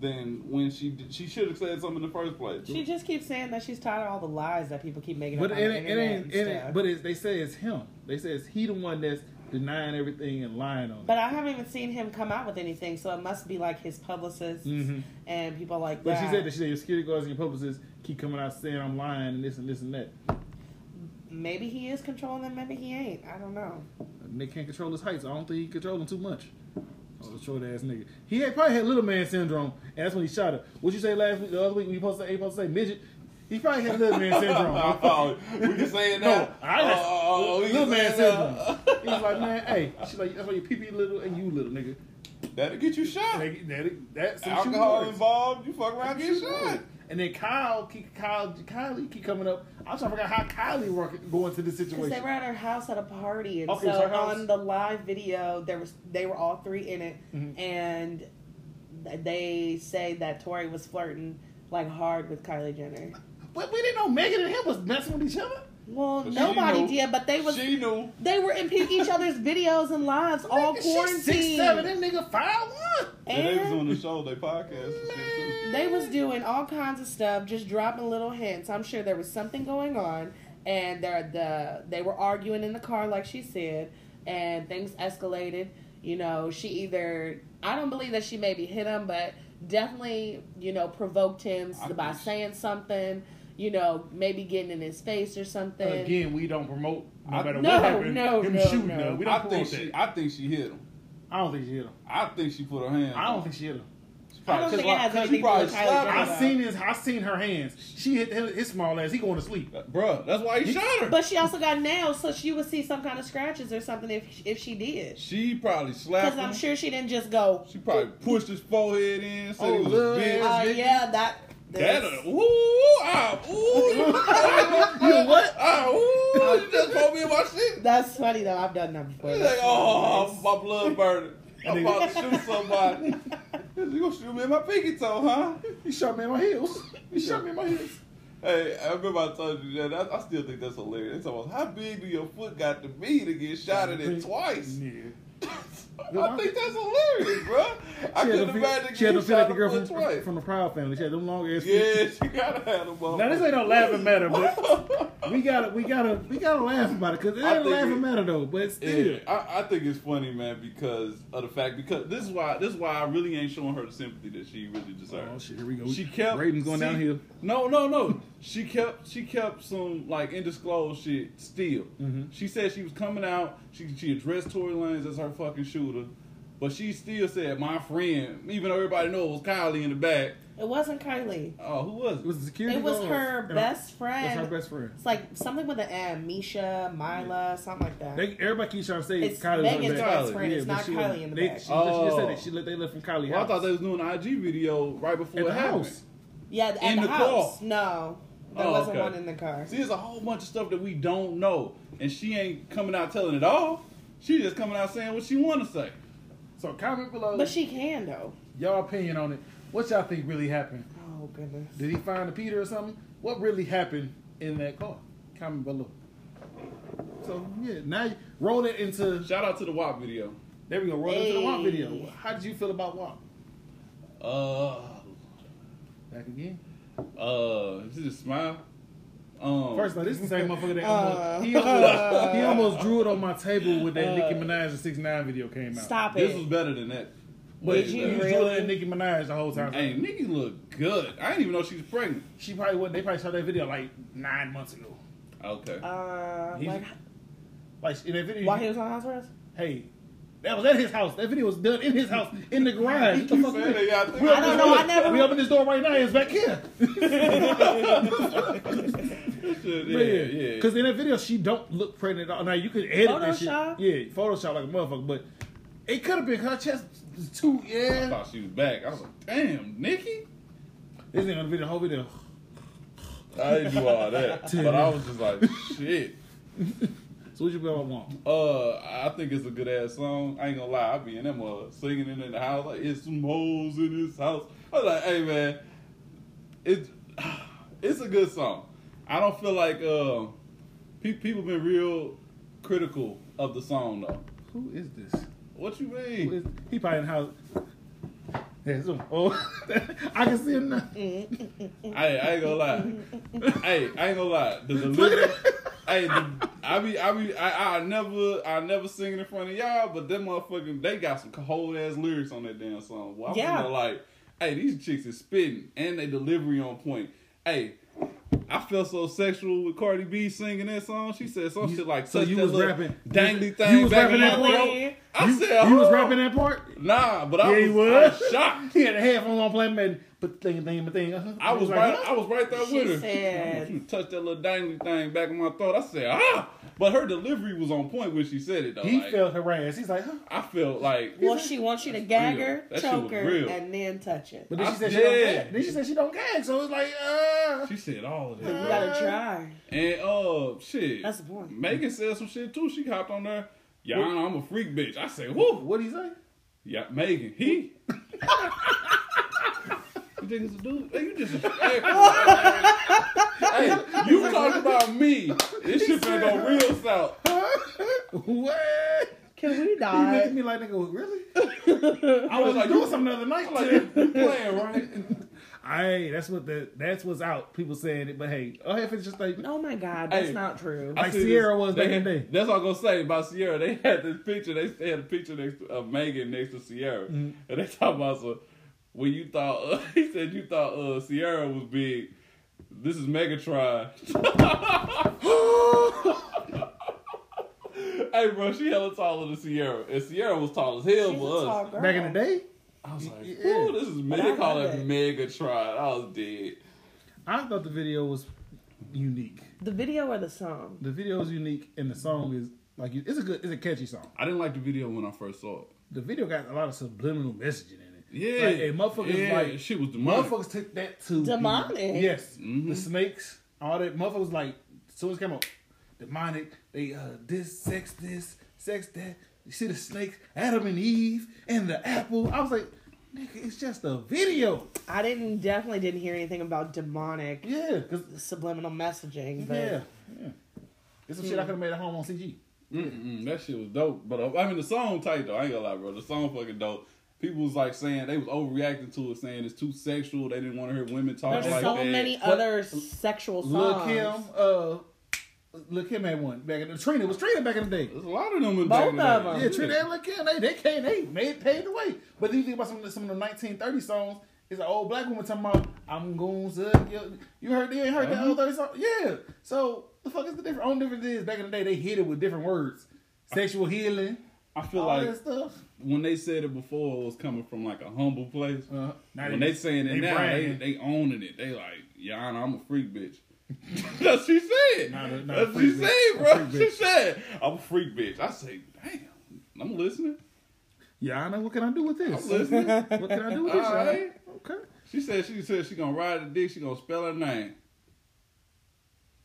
than when she did, she should have said something in the first place. [laughs] She just keeps saying that she's tired of all the lies that people keep making. But up it on the ain't, it internet ain't, and it stuff. ain't but it's, they say it's him. They say it's he the one that's denying everything and lying on it. But I haven't even seen him come out with anything, so it must be like his publicists Mhm. and people like But that. she said that she said your security guards and your publicists keep coming out saying I'm lying and this and this and that. maybe he is controlling them, maybe he ain't. I don't know. Nick can't control his heights. I don't think he controlling too much. Oh, short ass nigga. He had probably had little man syndrome, and that's when he shot her. What you say last week? The other week, we supposed to say, you supposed to say midget. He probably had little man [laughs] syndrome. Oh, we can say it now. No, I Oh, just, oh, oh, we can little say man it now. syndrome. He was like, man, hey, she's like, that's why you pee pee little and you little nigga. [laughs] That'll get you shot. That, that, that's some shooting Alcohol words. involved. You fuck around, get Shooting shot. words. And then Kyle, keep, Kyle, Kylie keep coming up. I'm trying to figure out how Kylie work, go into this Because situation. they were at her house at a party, and Okay, it was so her house? on the live video, there was they were all three in it, Mhm. and th- they say that Tori was flirting like hard with Kylie Jenner. But we didn't know Megan and him was messing with each other. Well, But she nobody knew- did, but they was she knew. they were in peek each other's videos and lives all Nigga, She's quarantined, six seven. That nigga five one. And they was and on the show, they podcast and shit too. they was doing all kinds of stuff, just dropping little hints. I'm sure there was something going on, and there the they were arguing in the car, like she said, and things escalated. You know, she either I don't believe that she maybe hit him, but definitely you know provoked him I by think she- saying something. You know, maybe getting in his face or something. Again, we don't promote no I- matter No, what happened. no, him no, shooting no. her. We don't I promote think that. she, I think she hit him. I don't think she hit him. I think she put her hand. I on don't him. think she hit him. She I don't probably- think it 'cause like- has 'cause anything she to probably do with Kylie slapped Jenner. her. I seen his. I seen her hands. She hit his, his small ass. He going to sleep. Bruh, that's why he shot her. But she also got nails, so she would see some kind of scratches or something if if she did. She probably slapped Because him. I'm sure she didn't just go. She probably pushed his forehead in, said Oh, he was look. a bitch. Uh, yeah, that. that this- a, ooh, ah, [laughs] ooh, You what? ah, ooh, you just told me in my shit. That's funny though. I've done that before. He's like, oh, my blood burning. [laughs] I'm And about to shoot [laughs] somebody. You gonna shoot me in my pinky toe, huh? He shot me in my heels. He shot me in my heels. Hey, I remember I told you that. I, I still think that's hilarious. It's almost, how big do your foot got to be to get shot at it twice? Yeah. [laughs] I think that's hilarious, bro. I She had to couldn't feel, imagine she had to getting feel like shot the a girl foot from, twice. from the Proud Family. She had them long ass feet. Yeah, she gotta have them Now this ain't no laughing matter, but [laughs] we gotta, we gotta, we gotta laugh about it because it I ain't a think laughing it- matter though. But still, Yeah, I, I think it's funny, man, because of the fact because this is why this is why I really ain't showing her the sympathy that she really oh deserves. shit, here we go. she kept ratings going she- downhill. No, no, no. she kept she kept some like undisclosed shit still. Mhm. She said she was coming out. She she addressed Tory Lanez as her fucking shooter, but she still said my friend, even though everybody know it was Kylie in the back. It wasn't Kylie. Oh, who was It it? was the security. It was guards. her And best It's friend. her best friend. It's like something with an M. Misha, Mila, something like that. They, everybody keeps trying to say It's Kylie's Megan's in the best back. friend. It's but not she- Kylie in the they, back. She, she just said Oh. that she, they left from Kylie. Well, I house. thought they was doing an IG video right before at it the happened. house. yeah, at In the, the house. No, there Oh, wasn't okay. one in the car. See, there's a whole bunch of stuff that we don't know, and she ain't coming out telling it all. She just coming out saying what she want to say. So comment below But she can though. y'all opinion on it. What y'all think really happened? Oh goodness. Did he find a Peter or something? What really happened in that car? Comment below. So yeah, now you- roll it into Shout out to the WAP video. there we go. Roll it into the WAP Hey. video. How did you feel about WAP? Uh, Back again. uh, she just smile. Um, First of all, this is the same motherfucker that Uh. almost, he, almost, he almost drew it on my table when that Nicki Minaj and Six Nine video came out. Stop this it. was better than that. But Did he you was really? drilling at Nicki Minaj the whole time. Hey, Nikki look good. I didn't even know she was pregnant. She probably wasn't. They probably shot that video like nine months ago. Okay. uh, He's- like, Like in that video, while he was on house arrest. hey, that was at his house. That video was done in his house in the garage. What the [laughs] You fuck? saying is that, that? yeah, I think- We I open this don't know, door- I never- We open this door right now. It's back here. [laughs] [laughs] Shit, Yeah, yeah, yeah. Because in that video, she don't look pregnant at all. Now you could edit Photoshop? that shit. Yeah, Photoshop like a motherfucker, but. It could have been her chest is too, I yeah. thought she was back. I was like, damn, Nikki. This ain't gonna be the whole video. I didn't do all that, but I was just like, shit. So what you be want? Uh, I think it's a good ass song. I ain't gonna lie, I be in that mother singing it in the house like it's some hoes in this house. I was like, hey man, it's [sighs] it's a good song. I don't feel like uh, pe- people been real critical of the song though. Who is this? What you Who mean? is, he probably in the house. Yeah, so- oh, [laughs] I can see him now. I, I ain't gonna lie. hey, I ain't gonna lie. The delivery. hey, the, I be, I be, I, I never, I never singing in front of y'all, but them motherfucking, they got some cold ass lyrics on that damn song. Well, I'm Yeah. yeah. like, hey, these chicks is spitting and they delivery on point. Hey. I felt so sexual with Cardi B singing that song. She said some shit like, so "Touch you that was little rapping- dangly you- thing." you was back rapping in my that throat." way? I You, said, "Oh." you was "Huh?" rapping that part? Nah, but I Yeah, he was, I was. was shocked. He had a headphone on playing, man. But thing, thing, thing. uh-huh. I was like, right. huh? I was right there She with her. said- you touched that little dangly thing back in my throat. I said, ah! But her delivery was on point when she said it though. He like, felt harassed. He's like, huh? I felt like Well, she wants you to gag real. her, That shit choke was her, real. and then touch it. But then she I said she don't did. gag. Then she said she don't gag. So it's like, uh. she said all of But you that. gotta try. And uh, shit. That's the point. Megan said some shit too. She hopped on there. Yeah, I'm a freak bitch. I said, whoo. What'd he say? [laughs] Yeah, Megan. He. [laughs] You think it's a dude? Hey, you just. [laughs] Hey, hey, you talk about me. This shit finna go real south. what? Can we He not? making me like nigga. Really? [laughs] I was like, like, doing you- something the other night. Like, too. you playing right? Hey, that's what the that's what's out. People saying it, but hey, oh, if it's just like Oh my god, that's Hey. not true. Like see Sierra this- was they back in had- the day. That's all I'm gonna say about Sierra. They had this picture. They, they had a picture next to, of Megan next to Sierra, and they talking about so when you thought uh, [laughs] he said you thought uh, Sierra was big. This is Megatron. [laughs] hey, bro, she hella taller than Sierra, and Sierra was tall as hell She's a for us. tall girl. back in the day, I was like, Yeah. "Ooh, this is But I Meg. They call love it Megatron." I was dead. I thought the video was unique. The video or the song? The video is unique, and the song is like it's a good, it's a catchy song. I didn't like the video when I first saw it. The video got a lot of subliminal messaging in it. Yeah, like, hey, motherfuckers yeah, like she was demonic. Mm-hmm. motherfuckers took that to Demonic. yes, the snakes, all that motherfuckers like. Soon as it came out, demonic. They uh this, sex this, sex that. You see the snakes, Adam and Eve, and the apple. I was like, nigga, it's just a video. I didn't definitely didn't hear anything about demonic Yeah, cause subliminal messaging, but yeah, yeah. It's some shit I could have made at home on CG. Mm-mm, that shit was dope. But uh, I mean, the song tight though. I ain't gonna lie, bro. The song fucking dope. People was like saying they was overreacting to it, saying it's too sexual. They didn't want to hear women talk there's like so that. many But- other sexual Lil songs. Kim, uh, Lil Kim had one back in the Trina it was Trina back in the day. There's a lot of them. In Both back in the of day. them. Yeah, Trina and Lil Kim, they they came, they made paved the way. But then you think about some of the, some of the 1930 songs. It's an old black woman talking about I'm gonna suck your. You heard you ain't heard that Uh-huh. old 30 song? Yeah. So the fuck is the difference? Only difference is back in the day they hit it with different words, sexual healing, I feel all like that stuff. when they said it before, it was coming from like a humble place. Uh, when they saying it they now, they, bragging. they owning it. They like, Yana, I'm a freak bitch. [laughs] That's what she said. Not a- not a That's what she freak bitch. said, A bro. freak She bitch. said, I'm a freak bitch. I say, damn, I'm listening. Yana, what can I do with this? I'm listening. What can I do with this? All Yana? right. Okay. She said she said she gonna ride the dick. She gonna spell her name.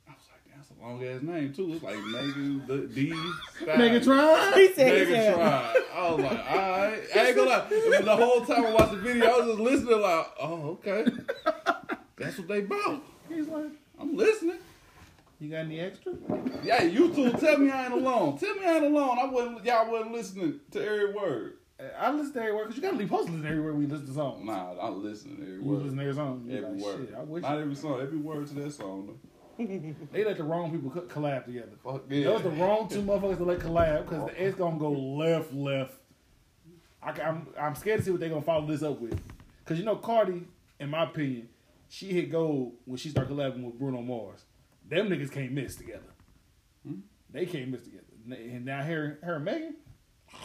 I was like, that's a long ass name too. It's like Megan the [laughs] D. Stein. Megatron. [laughs] He said, he Megan said, tried. I was like, all right. I ain't gonna lie. The whole time I watched the video, I was just listening. Like, oh okay, that's what they bought. He's like, I'm listening. you got any extra? Yeah, you two, tell me I ain't alone. Tell me I ain't alone. I wasn't. Y'all wasn't listening to every word. I listen to everywhere because you gotta leave us listening everywhere we listen to songs. Nah, I'm listening to every You listen word. to every song. you Every like, word. Shit, I wish Not every song. Every word to that song. Though. they let the wrong people co- collab together. Fuck yeah. That was the wrong two motherfuckers to let collab because it's gonna go left, left. I, am I'm scared to see what they're gonna follow this up with, because you know Cardi, in my opinion, she hit gold when she started collabing with Bruno Mars. Them niggas can't miss together. Hmm? They can't miss together. And now her, her and Megan,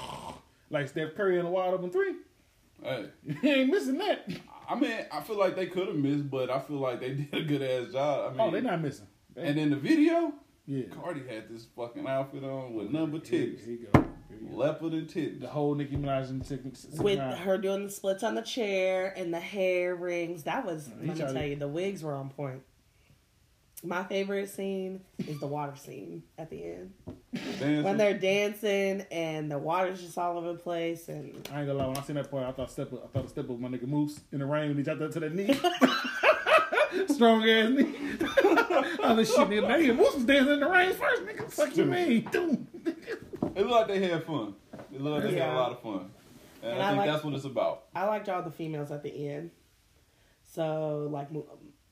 [sighs] like Steph Curry and the Wild Open Three, [laughs] Hey. you ain't missing that. I mean, I feel like they could have missed, but I feel like they [laughs] did a good ass job. I mean, Oh, they're not missing. They- And in the video, yeah. Cardi had this fucking outfit on with number Here, titties, here you go. Here you go. leopard and titties. The whole Nicki Minaj and Tick- Tick- with Minaj. her doing the splits on the chair and the hair rings. That was, he let me tried tell to- you, the wigs were on point. My favorite scene is the water scene at the end. dancing. When they're dancing and the water's just all over the place and I ain't gonna lie, when I seen that part, I thought step up, I thought a step up my nigga Moose in the rain when he dropped that to that knee. [laughs] Strong ass knee. [laughs] I was shit, nigga. Nigga, Moose was dancing in the rain first, nigga. Fuck you mean, [laughs] dude. it looked like they had fun. It looked like they had Yeah. a lot of fun, and, And I I think like- that's what it's about. I liked all the females at the end. So, like, Mu-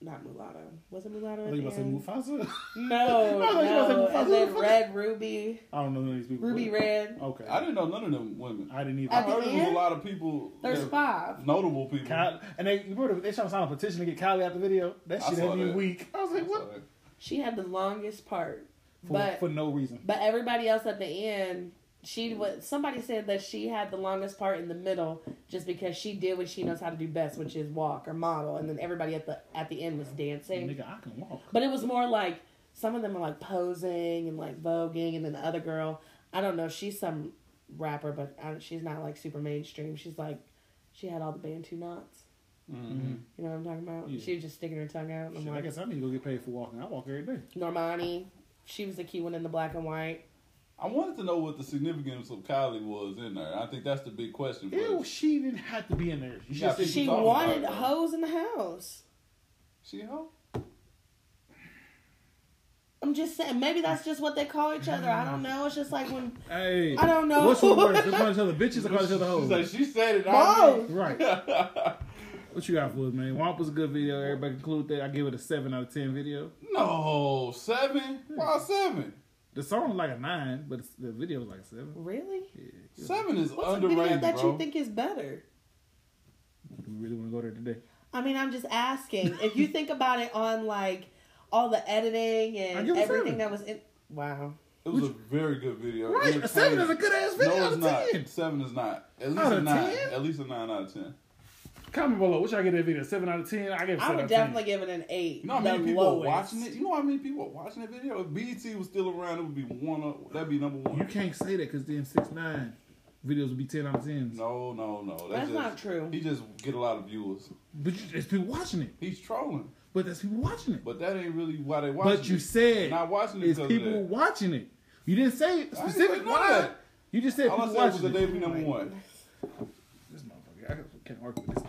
not Mulatto. Was it Mulatto? I At thought you the about to say end? Mufasa. [laughs] No, I thought you about to no. say Mufasa. And Who then the fuck- Red Ruby, I don't know none of these people. Ruby Red. Okay. I didn't know none of them women. I didn't I either. At the heard it was a end, lot of people. There's yeah, five. notable people. Kyle, and they you remember they trying to sign a petition to get Kylie out the video. That I shit saw had me that. weak. I was like, what? She had the longest part, For, but for no reason. but everybody else at the end she was somebody said that she had the longest part in the middle just because she did what she knows how to do best, which is walk or model, and then everybody at the at the end was dancing. Nigga, I can walk. But it was more like some of them are like posing and like voguing, and then the other girl, I don't know, she's some rapper, but I, don't- she's not like super mainstream. She's like she had all the bantu knots. Mm-hmm. You know what I'm talking about? Yeah. She was just sticking her tongue out. and I'm Shit, I like, guess I need to go get paid for walking. I walk every day. Normani, she was the key one in the black and white. I wanted to know what the significance of Kylie was in there. I think that's the big question. but Ew, she didn't have to be in there. She Yeah, just she- she, She talking wanted about, though? hoes in the house. She hoe? I'm just saying, maybe that's just what they call each other. I don't know. It's just like when hey, I don't know. What's the worst? They call [laughs] each other bitches or call each other hoes? She's like, she said it. Both. right. [laughs] I What you got for us, man? Womp was a good video. Everybody conclude that. I give it a 7 out of 10 video. did. no, seven? Why seven? The song was like a 9, but it's- the video was like a 7. Really? Yeah. yeah. Seven is What's a video underrated, that bro. you think is better? We really want to go there today. I mean, I'm just asking. if you think about it on like all the editing I and give it seven. everything that was in. Wow. it was a very good video. Right, a 7 is a good ass video No, out it's of not. 10. Seven is not. At least Out a of nine. 10? At least a nine out of ten. Comment below. What y'all give that video? 7 out of 10? I give it 7 I out would of definitely give it an eight. You know how the many people lowest. are watching it? You know how many people are watching that video? If BET was still around, it would be one. Up, that'd be number 10. You one. can't say that because then 6 9 videos would be 10 out of 10. No, no, no. That's, That's just, not true. He just get a lot of viewers. But you, there's people watching it. He's trolling, But there's people watching it. but that ain't really why they watching. But you it. said not watching it it's because people of watching it. You didn't say that. I ain't specific say why. that. You just said All I people said was watching that it. they be number one. This motherfucker, I can't argue with this nigga.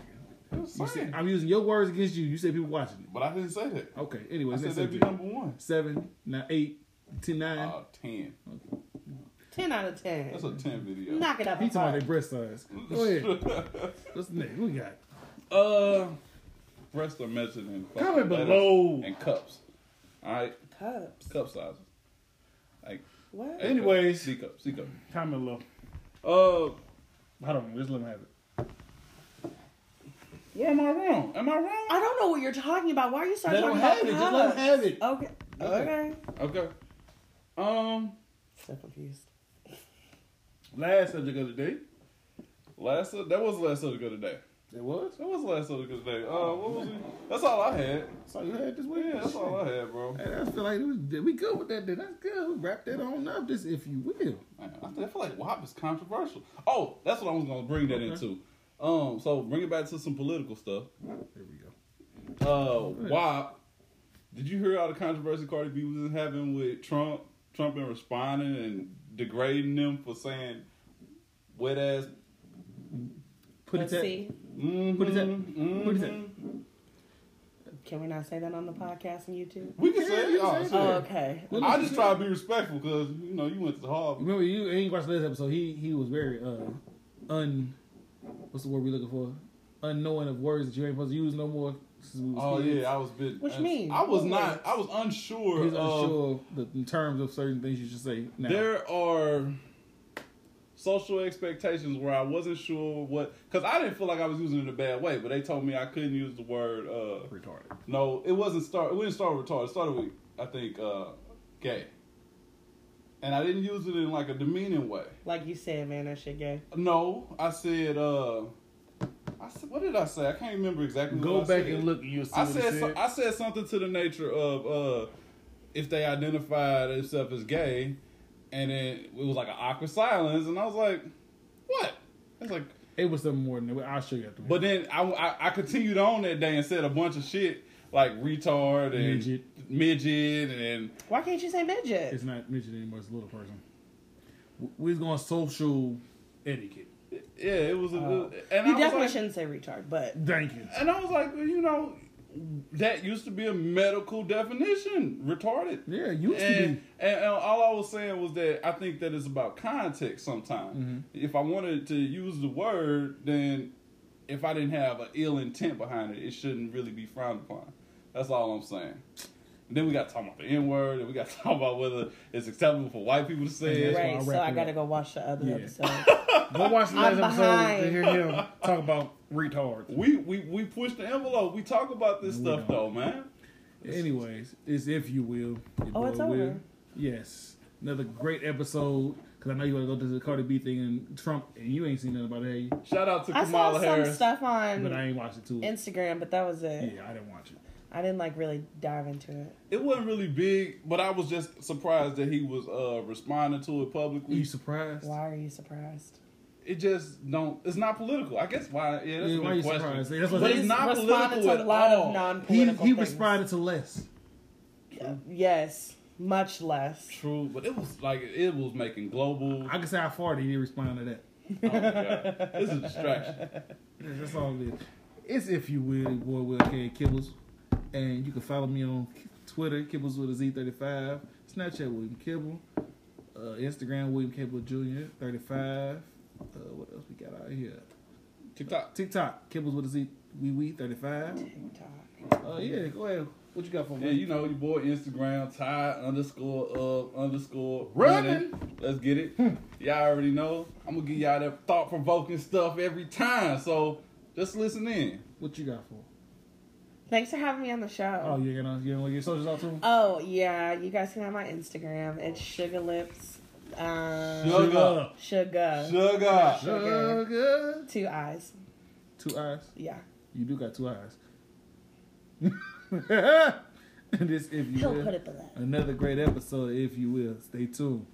It was You saying. said, I'm using your words against you. You said people watching it. But I didn't say that. Okay. I Anyways, said that's they'd be it. number one. Seven, now eight, ten, nine. Uh, ten. Ten out of ten. That's a ten video. Knock it up. he a talking about five. their breast size. Go ahead. [laughs] What's the next? Who we got? Uh, breasts are measured in fucking Comment letters below. and cups. All right, Cups. cup sizes. Like What? A cup, Anyways. C cup, C cup. Comment below. Uh, Hold on. Let's let him have it. where am I wrong? Am I wrong? I don't know what you're talking about. Why are you Let starting him talking have about it. Just let him cups? have it. Okay. Okay. Okay. Um, So confused. Last subject of the day. last sub- that was the last subject of the day. It was. That was the last subject of the day. Uh, what was it? That's all I had. So you had this week. Yeah, that's all I had, bro. Hey, I feel like it was, we good with that. Then that's good. We wrap that on up, just if you will. Man, I feel- I feel like WAP is controversial. Oh, that's what I was gonna bring that into. Um, so bring it back to some political stuff. There we go. Uh, WAP. Did you hear all the controversy Cardi B was having with Trump? Trump and responding and degrading them for saying wet ass. Put Let's it see. Mm-hmm, What is that? What is that? Can we not say that on the podcast and YouTube? We can say it. Yeah, you Oh, can shit. say Oh, Yeah. okay. Well, I just try to be respectful because you know you went to Harvard. Remember you and you watched the last episode. He he was very uh un. What's the word we looking for? Unknowing of words that you ain't supposed to use no more. since we was Oh kids. yeah, I was bit. What you mean? I was What not. words? I was unsure. He's of- unsure of the in terms of certain things you should say. Now um, There are social expectations where I wasn't sure what because I didn't feel like I was using it in a bad way, but they told me I couldn't use the word. uh retarded. No, it wasn't start. We didn't start with retarded. It started with I think uh gay, and I didn't use it in like a demeaning way. Like you said, man, that shit gay. No, I said. uh I said, what did I say? I can't remember exactly. Go what I back said. and look. and You'll see I what said, it So, I said something to the nature of uh, if they identify themselves as gay, and then it was like an awkward silence, and I was like, "What?" It's like, it was something more than that. I'll show you after. but then I, I I continued on that day and said a bunch of shit like retard and Midget. midget and Why can't you say midget? it's not midget anymore. It's a little person. We- We was going social etiquette. yeah, it was. A, and You I was definitely like, shouldn't say retard, but Thank you. And I was like, well, you know, that used to be a medical definition, retarded. Yeah, it used to and, [laughs] be. And, and all I was saying was that I think that it's about context sometimes. Mm-hmm. If I wanted to use the word, then if I didn't have an ill intent behind it, it shouldn't really be frowned upon. That's all I'm saying. And then we got to talk about the N word, and we got to [laughs] talk about whether it's acceptable for white people to say it. That's why I right. So wrap I it gotta up. go watch the other Yeah. [laughs] episode. Go watch the last I'm episode to behind. hear him talk about retards. We, we we push the envelope. We talk about this don't. stuff, though, man. Anyways, it's if you will. Your Oh, boy it's over. Yes, another great episode. Because I know you want to go to the Cardi B thing and Trump, and you ain't seen nothing about it, have you? Shout out to I saw Kamala some Harris. stuff But I on ain't watched it too. Instagram, but that was it. yeah, I didn't watch it. I didn't like really dive into it. It wasn't really big, but I was just surprised that he was uh, responding to it Are you publicly. surprised? Why are you surprised? It just don't. It's not political. I guess why? Yeah, that's Yeah, a why you good question. surprised? That's what But they- it's not responded political to at a lot all. of He non-political he things. responded to less. Yes, much less. True, but it was like it was making [laughs] global. I can say I farted. He didn't respond to that. Oh my god, it's a distraction. Yeah, that's all it is. It's if you will, your boy Will K Kibbles, and you can follow me on Twitter Kibbles with a Z thirty five, Snapchat William Kibble, uh, Instagram William Kibble Jr. thirty five. Uh, what else we got out here? TikTok. TikTok Kibbles with a Z wee wee thirty five. TikTok. Uh, yeah, go ahead. What you got for me? Yeah, you know your boy Instagram Ty underscore of underscore Running. Hmm. running. Let's get it. y'all already know. I'm gonna give y'all that thought provoking stuff every time. So just listen in. what you got for? Thanks for having me on the show. Oh, you're gonna you're gonna get your socials out to him. Oh yeah, you guys can have my Instagram. It's Sugar Lips. Um, Sugar. sugar. Sugar. Oh, Sugar. Sugar. Two eyes. Two eyes. Yeah. You do got two eyes. [laughs] and this if you He'll will. put it below. another great episode if you will stay tuned